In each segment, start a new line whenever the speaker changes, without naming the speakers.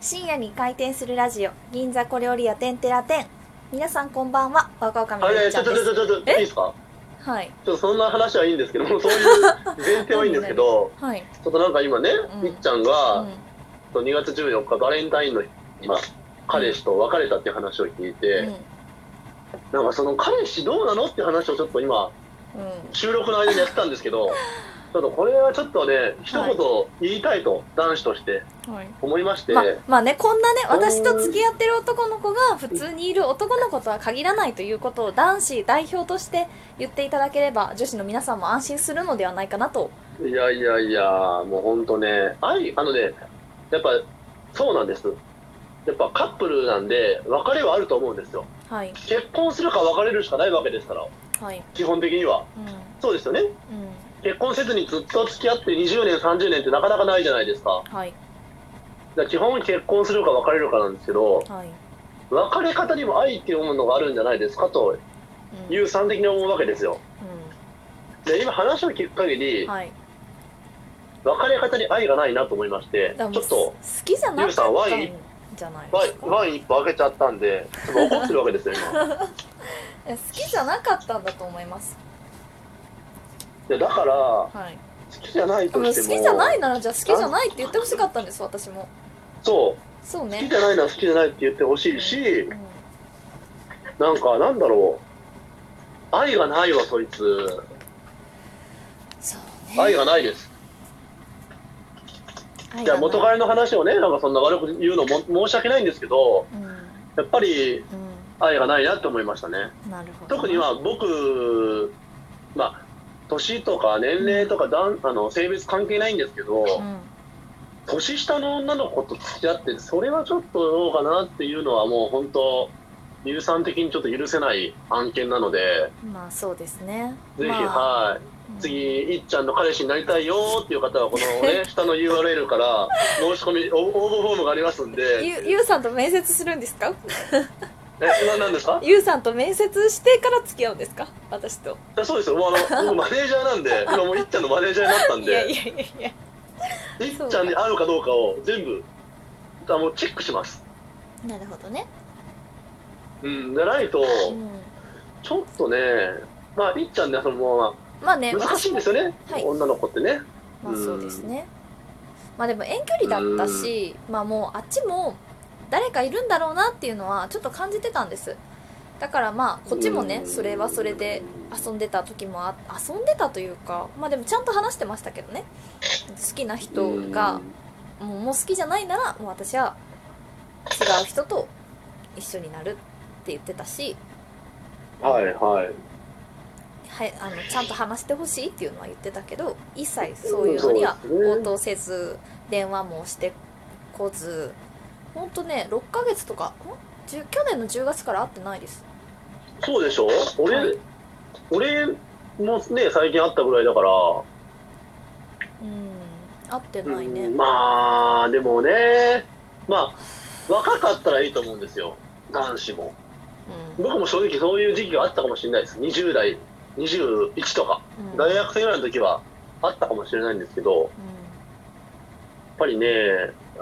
深夜に開店するラジオ銀座小料理屋てんてらてん皆さんこんばんは若女将
あ
のゆ
れ
っち
ち
ゃ
ょ
ん
ちょ
で
ち
す
ょちょちょちょいいですか
はい
ちょっとそんな話はいいんですけども うそういう前提はいいんですけど
はい
ちょっとなんか今ね、
うん
みっちゃん
う
が、
ん
2月14日バレンタインの日今彼氏と別れたっていう話を聞いて、なんかその彼氏どうなのって話をちょっと今
うんうん
収録の間にやってたんです けどちょっとこれはちょっとね一言言いたいと、男子として
はい
思いまして、
まあまあねこんなね私と付き合ってる男の子が普通にいる男の子とは限らないということを男子代表として言っていただければ女子の皆さんも安心するのではないかなと
いやいやいやもう本当ね愛あのねやっぱそうなんですやっぱカップルなんで別れはあると思うんですよ
はい
結婚するか別れるしかないわけですから
はい
基本的には
うん
そうですよね
う
結婚せずにずっと付き合って20年30年ってなかなかないじゃないですか
んはい
だから基本結婚するか別れるかなんですけど
はい、うん
別れ方にも愛っていうものがあるんじゃないですかという算的に思うわけですよで今話を聞く限
う
り
ん、はい
別れ方に愛がないなと思いましてち
だからも
ょ
う
っと
す好きじゃなかったんじゃない
ワ
です
イン
か
ワイン一本開けちゃったんでちょっと怒ってるわけですよ今い
え好きじゃなかったんだと思います
やだから好
はい
きじゃない
でも
と
好
して
き
も
じゃないならじゃあ好きじゃないって言ってほしかったんです私も
そう
そう
好き
ね
じゃないなら好きじゃないって言ってほしいし
うん
なんかなんだろう愛がないわそいつ
そう
愛がないです
愛
い
が
や
ない
元彼の話をねなんかそんな悪く言うのも申し訳ないんですけど
うん
やっぱり愛がないなって思いましたね
うんなるほど
特には僕まあ年とか年齢とかだんあの性別関係ないんですけど、
うん
年下の女の子と付き合ってそれはちょっとどうかなっていうのはもう本当乳酸的にちょっと許せない案件なので
まあそうですね。
ぜひ、
まあ、
はい
うん、
次いっちゃんの彼氏になりたいよーっていう方はこの ね下の URL から申し込みお応募フォームがありますんで
ゆゆうさんと面接するんですか？
えななんですか
ゆうさんと面接してから付き合うんですか？私と。
あそうですよもう あの僕マネージャーなんで今もういっちゃんのマネージャーになったん
いやい
で
やいやいや。
いっちゃんに合うかどうかを全部あもうチェックします
なるほどね。
うんじゃないと
うん、
ちょっとねまあいっちゃんねそのまあ
まあね、
難しいんです
よ。
よね、
はい
女の子ってね
まあそうですね。まあでも遠距離だったし、まあもうあっちも誰かいるんだろうなっていうのはちょっと感じてたんです。だからまあこっちもね、
うん
それはそれで遊んでた時もあ遊んでたというか、まあでもちゃんと話してましたけどね。好きな人がもうもう好きじゃないならもう私は違う人と一緒になるって言ってたし、
うんはいはい
はい、あのちゃんと話してほしいっていうのは言ってたけど一切そういうのには
うんそうです
応
ね
答せず、電話もしてこずほんとね6ヶ月とかん10去年の10月から会ってないです
そうでしょ俺、
はい
俺もね最近会ったぐらいだから、
うん会ってないね、
うんまあでもねまあ若かったらいいと思うんですよ男子も
うん
僕も正直そういう時期があったかもしれないです20代21とか
うん
大学生ぐらいの時はあったかもしれないんですけどやっぱりね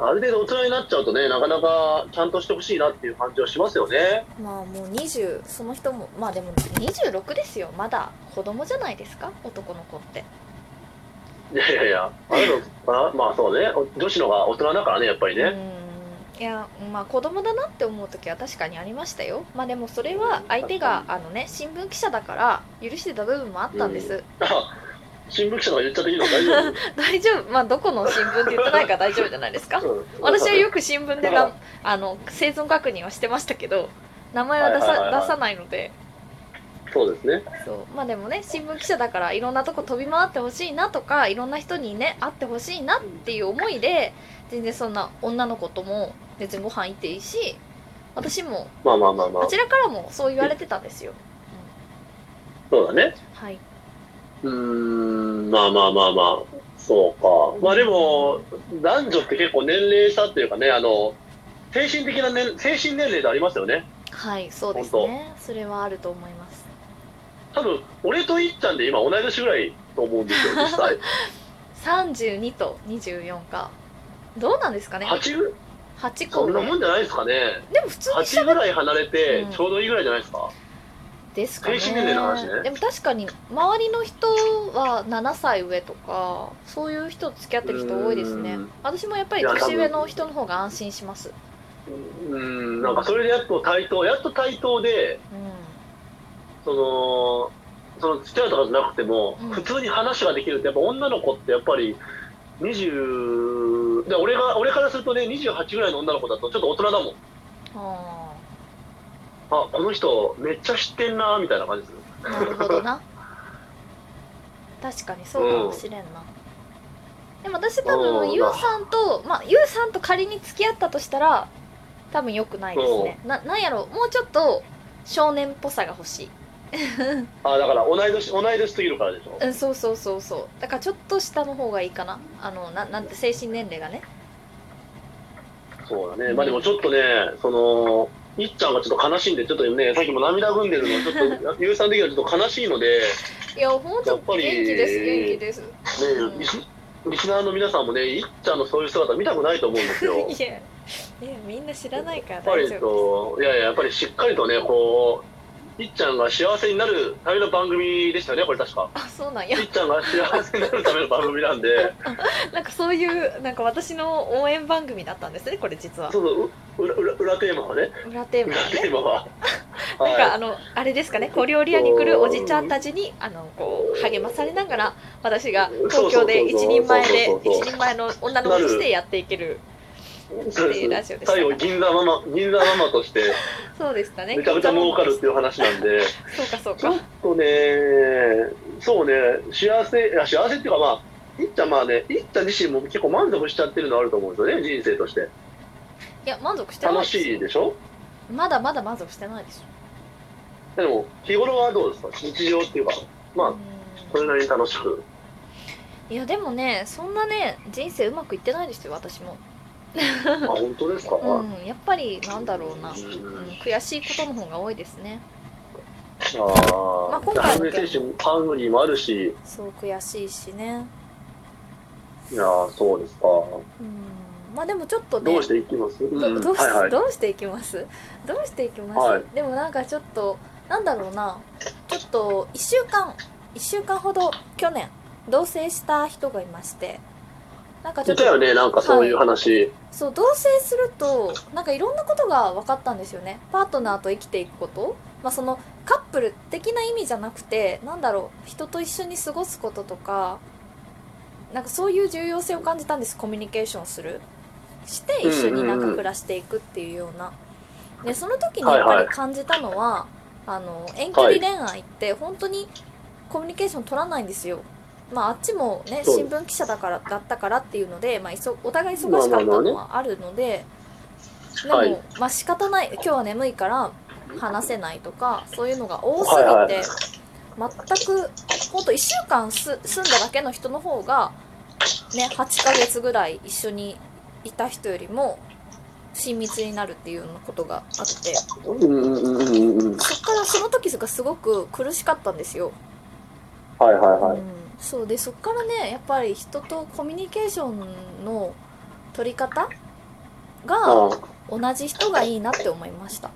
ある程度大人になっちゃうとねなかなかちゃんとしてほしいなっていう感じはしますよね
うんまあもう20その人もまあでも26ですよまだ子供じゃないですか男の子って
いやいやいや、あれの、あまあそうね、お女子の方が大人だからね、やっぱりね。
うんいやまあ子供だなって思う時は確かにありましたよまあでもそれは相手があのね新聞記者だから許してた部分もあったんです、
あ新聞記者が言っちゃっていいの大丈
大丈夫まあどこの新聞って言ってないから大丈夫じゃないですか
夫、うん
私はよく新聞で
う
が
ん
あの生存確認はしてましたけど名前は出さ,、
はいはいはいはい
出さないので
そうですね。
そうまあでもね新聞記者だからいろんなとこ飛び回ってほしいなとかいろんな人にね会ってほしいなっていう思いで全然そんな女の子とも別にご飯行っていいし私も
まあまあまあま
こ
あ
ち。らからもそう言われてたんですよ。
そうだね。
はい。
うーん、まあまあまあまあ。そうか。まあでも、男女って結構年齢差っていうかね、あの、精神的な年、精神年齢でありますよね。
はい、そうですね。それはあると思います。
多分、俺といっちゃんで今同い年ぐらいと思うんですよ、実際。
32と24か。どうなんですかね。
8ぐ
8個
そんなもんじゃないですかね。
でも普通に
8ぐらい離れて
うん
ちょうどいいぐらいじゃないですか。
ですかね
精神年齢の話ね
でも確かに周りの人は7歳上とかそういう人と付き合ってる人多いですね
うん
私もやっぱり
いや多分
年上の人の方が安心します
うん、なんかそれでやっと対等、やっと対等で、
う
その、その付き合うとかじゃなくても、
うん
普通に話ができるって、やっぱ女の子ってやっぱり、20、で俺が、俺からするとね、28ぐらいの女の子だとちょっと大人だもん。
んは
あ、この人めっちゃ知ってんな、みたいな感じでする。
あなるほど な確かにそうかもしれんな、でも私多
う
分
ん
ゆうさんとまあゆうさんと仮に付き合ったとしたら多分良くないですねななんやろもうちょっと少年っぽさが欲しい
あ、だから同い年、同い年すぎるからでしょ。
うん、そうそうそうそうだからちょっと下の方がいいかなあのななんて精神年齢がね
そうだね、まあでもちょっとね、その、いっちゃんがちょっと悲しいんで、ちょっとね、さっきも涙ぐんでるの、ちょっと、ゆうさん的にはちょっと悲しいので、ね、
いやほんと
やっぱ
元気
り
です元気ですうん
リスリスナーの皆さんもね、いっちゃんのそういう姿見たくないと思うんで すよ。
いやいやみんな知らないから
やっぱ
大
り
丈夫
と、いやいや、やっぱりしっかりとね、こう、いっちゃんが幸せになるための番組でしたよね、これ確か。
あそうなん
い
や
っちゃんが幸せになるための番組なん で、
なんかそういうなんか私の応援番組だったんですねこれ実は
そうそう、う裏裏裏テーマはね、
裏テーマ
裏
が
テー
ね
マは。
なんかあ
は
のあれですかね小料理屋に来るおじちゃんたちにあのこう励まされながら私が東京で一人前で
そうそうそうそう
一人前の女の子としてやっていける
い、そう
っていうラジオ
で
ですした
最後、銀座ママ、銀座ママとして、
そうでしたね
めちゃめちゃ儲かるっていう話なんで、
そうかそう
ちょ
か
っとね、そうね、幸せ、いや幸せっていうか、まあ、いっちゃん、まあね、いっちゃん自身も結構満足しちゃってるのあると思うんですよね、人生として。
いや満足してない
楽
です
しいでしょ
まだまだ満足してないでしょ
でも、日頃はどうですか日常っていうか、まあ、それなりに楽しく。
いやでもねそんなね人生うまくいってないですよ私も
あ、本当ですか、
うんやっぱりなんだろうな、
う
うんん、悔しいことの方が多いですね
あ
まあ
あ、
今
ダ
回
ブ
の
ル選手、ハングリーもあるし、
そう悔しいしね
いやーそうですか。
うんまあでもちょっとね
どうしていきます、うん
どどうし
はいはい。
どうしていきますどうしていきます、
はい
でもなんかちょっとなんだろうなちょっと1週間1週間ほど去年同棲した人がいましてなんかちょ
言
っ
った
と
よね、なんかそういう話。
そう同棲するとなんかいろんなことが分かったんですよねパートナーと生きていくこと、まあ、そのカップル的な意味じゃなくてなんだろう人と一緒に過ごすこととかなんかそういう重要性を感じたんですコミュニケーションするして一緒になんか暮らしていくっていうようなでその時にやっ
はい
ぱ
は
り
い
感じたのは、あの遠距離恋愛って本当にコミュニケーション取らないんですよまあ、あっちもね
そう
新聞記者だからだったからっていうので、まあ、いそお互い忙しかったのはあるので、
まあまあね
で
は
も、まあ仕方ない今日は眠いから話せないとかそういうのが多すぎて、
はいはい
全くほんと1週間す住んだだけの人の方が、ね、8ヶ月ぐらい一緒にいた人よりも親密になるっていうようなことがあって
うんうんうんうんうん。
そっからその時がすごく苦しかったんですよ。
はいはいはい。
うん、そうでそっからねやっぱり人とコミュニケーションの取り方が
あ
同じ人がいいなって思いました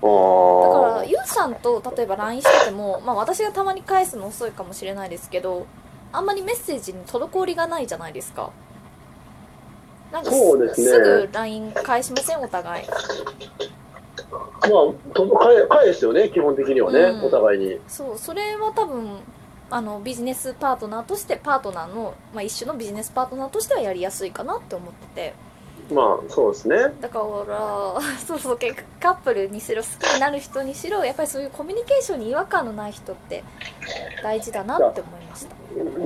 だか
あ
らゆうさんと例えば LINE してても、まあ、私がたまに返すの遅いかもしれないですけどあんまりメッセージに滞りがないじゃないですかなんかす
そうですね
ぐ LINE 返しませんお互い
まあ、と返返すよね、基本的にはね、
うん
お互いに。
そうそれは多分あのビジネスパートナーとしてパートナーの、まあ、一種のビジネスパートナーとしてはやりやすいかなって思ってて
まあ、そうですね。
だから そうそう結局カップルにしろ好きになる人にしろやっぱりそういうコミュニケーションに違和感のない人って大事だなって思いました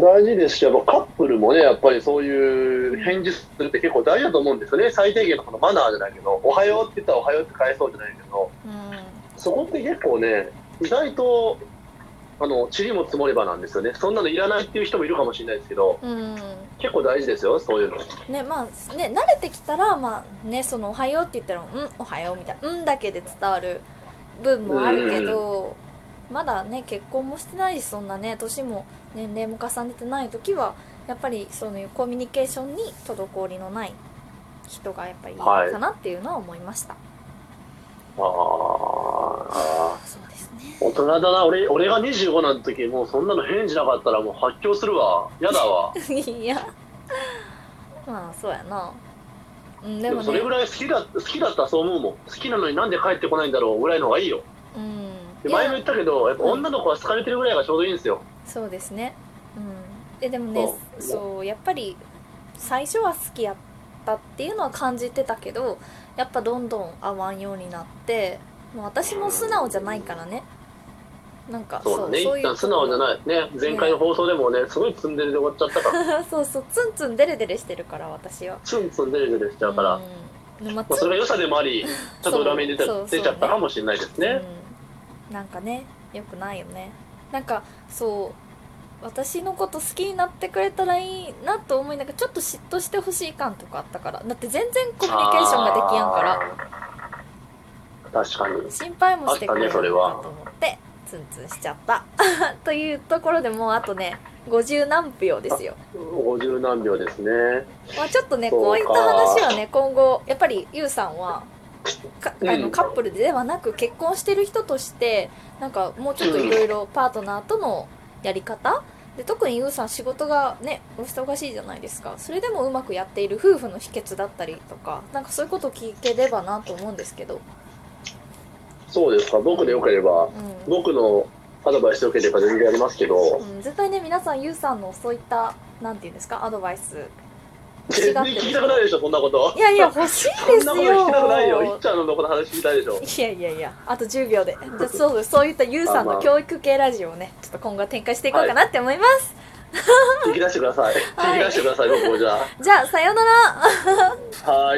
大事ですし、やっぱカップルもね、やっぱりそういう返事するって結構大事だと思うんですよね。最低限のこのマナーじゃないけど、おはようって言ったらおはようって返そうじゃないけど、
うん
そこって結構ね、意外と、あの、塵も積もればなんですよね。そんなのいらないっていう人もいるかもしれないですけど、
うん
結構大事ですよ、そういうの。
ねまあね慣れてきたらまあねその「おはよう」って言ったら「うんおはよう」みたいな「うん」だけで伝わる分もあるけどまだね結婚もしてないしそんなね年も年齢も重ねてない時はやっぱりそういうコミュニケーションに滞りのない人がやっぱりいるかなっていうのは思いました、
ああ。
そうですね
大人だな。俺、俺が25の時、もうそんなの返事なかったらもう発狂するわ。やだわ。
いやまあそうやなうんで
で
も
も
ね
それぐらい好きだ、好きだったらそう思うもん。好きなのになんで帰ってこないんだろうぐらいの方がいいよ。
うん
で
い
前
や
も言ったけど、やっぱ女の子は好かれてるぐらいがちょうどいいんですよ。
そうですねうんででもね
そう
そうやっぱり最初は好きやったっていうのは感じてたけどやっぱどんどん合わんようになってもう私も素直じゃないからねなんか
そうだね。
そう
一旦素直じゃない。ね。前回の放送でもね、すごいツンデレで終わっちゃったから。
い そうそうツンツンデレデレしてるから私は
ツンツンデレデレしちゃうから。ま
うんまあ
あ、それが良さでもあり、ちょっと裏目に出
そう
た
そう
出ちゃったかもしれないですね。
うん、なんかねよくないよねなんかそう私のこと好きになってくれたらいいなと思いながらちょっと嫉妬してほしい感とかあったからだって全然コミュニケーションができやんから
ら。確かに。
心配もしてくれる
あったねそれ
の
は
かと思ってツンツンしちゃった というところでもうあとね50何秒ですよ、
50何秒ですね。
まあ、ちょっとね
そうか
こういった話はね今後やっぱりゆうさんはかあ
う
の
ん
カップルではなく結婚してる人としてなんかもうちょっといろいろパートナーとのやり方で特にゆうさん仕事がねお忙しいじゃないですかそれでもうまくやっている夫婦の秘訣だったりとかなんかそういうことを聞ければなと思うんですけど、
そうですか。僕でよければ、
う
僕のアドバイスでよければ全然やりますけど、
んうん、絶対ね皆さんゆうさんのそういったなんて言うんですかアドバイス
全然 聞きたくないでしょ、そんなこと。
いやいや欲しい
そ
で
ん
す
な
よ
こと聞きたくないよ。いっちゃんのこの話聞きたいでしょ。
いやいやいや、あと10秒で。じゃあそうそういったゆうさん
あま
の
あ
教育系ラジオをね、ちょっと今後は展開していこうかなって思います。
聞き出してください。
はい
聞き出してください、僕もじゃ
じゃあ、さようなら
あ。はい。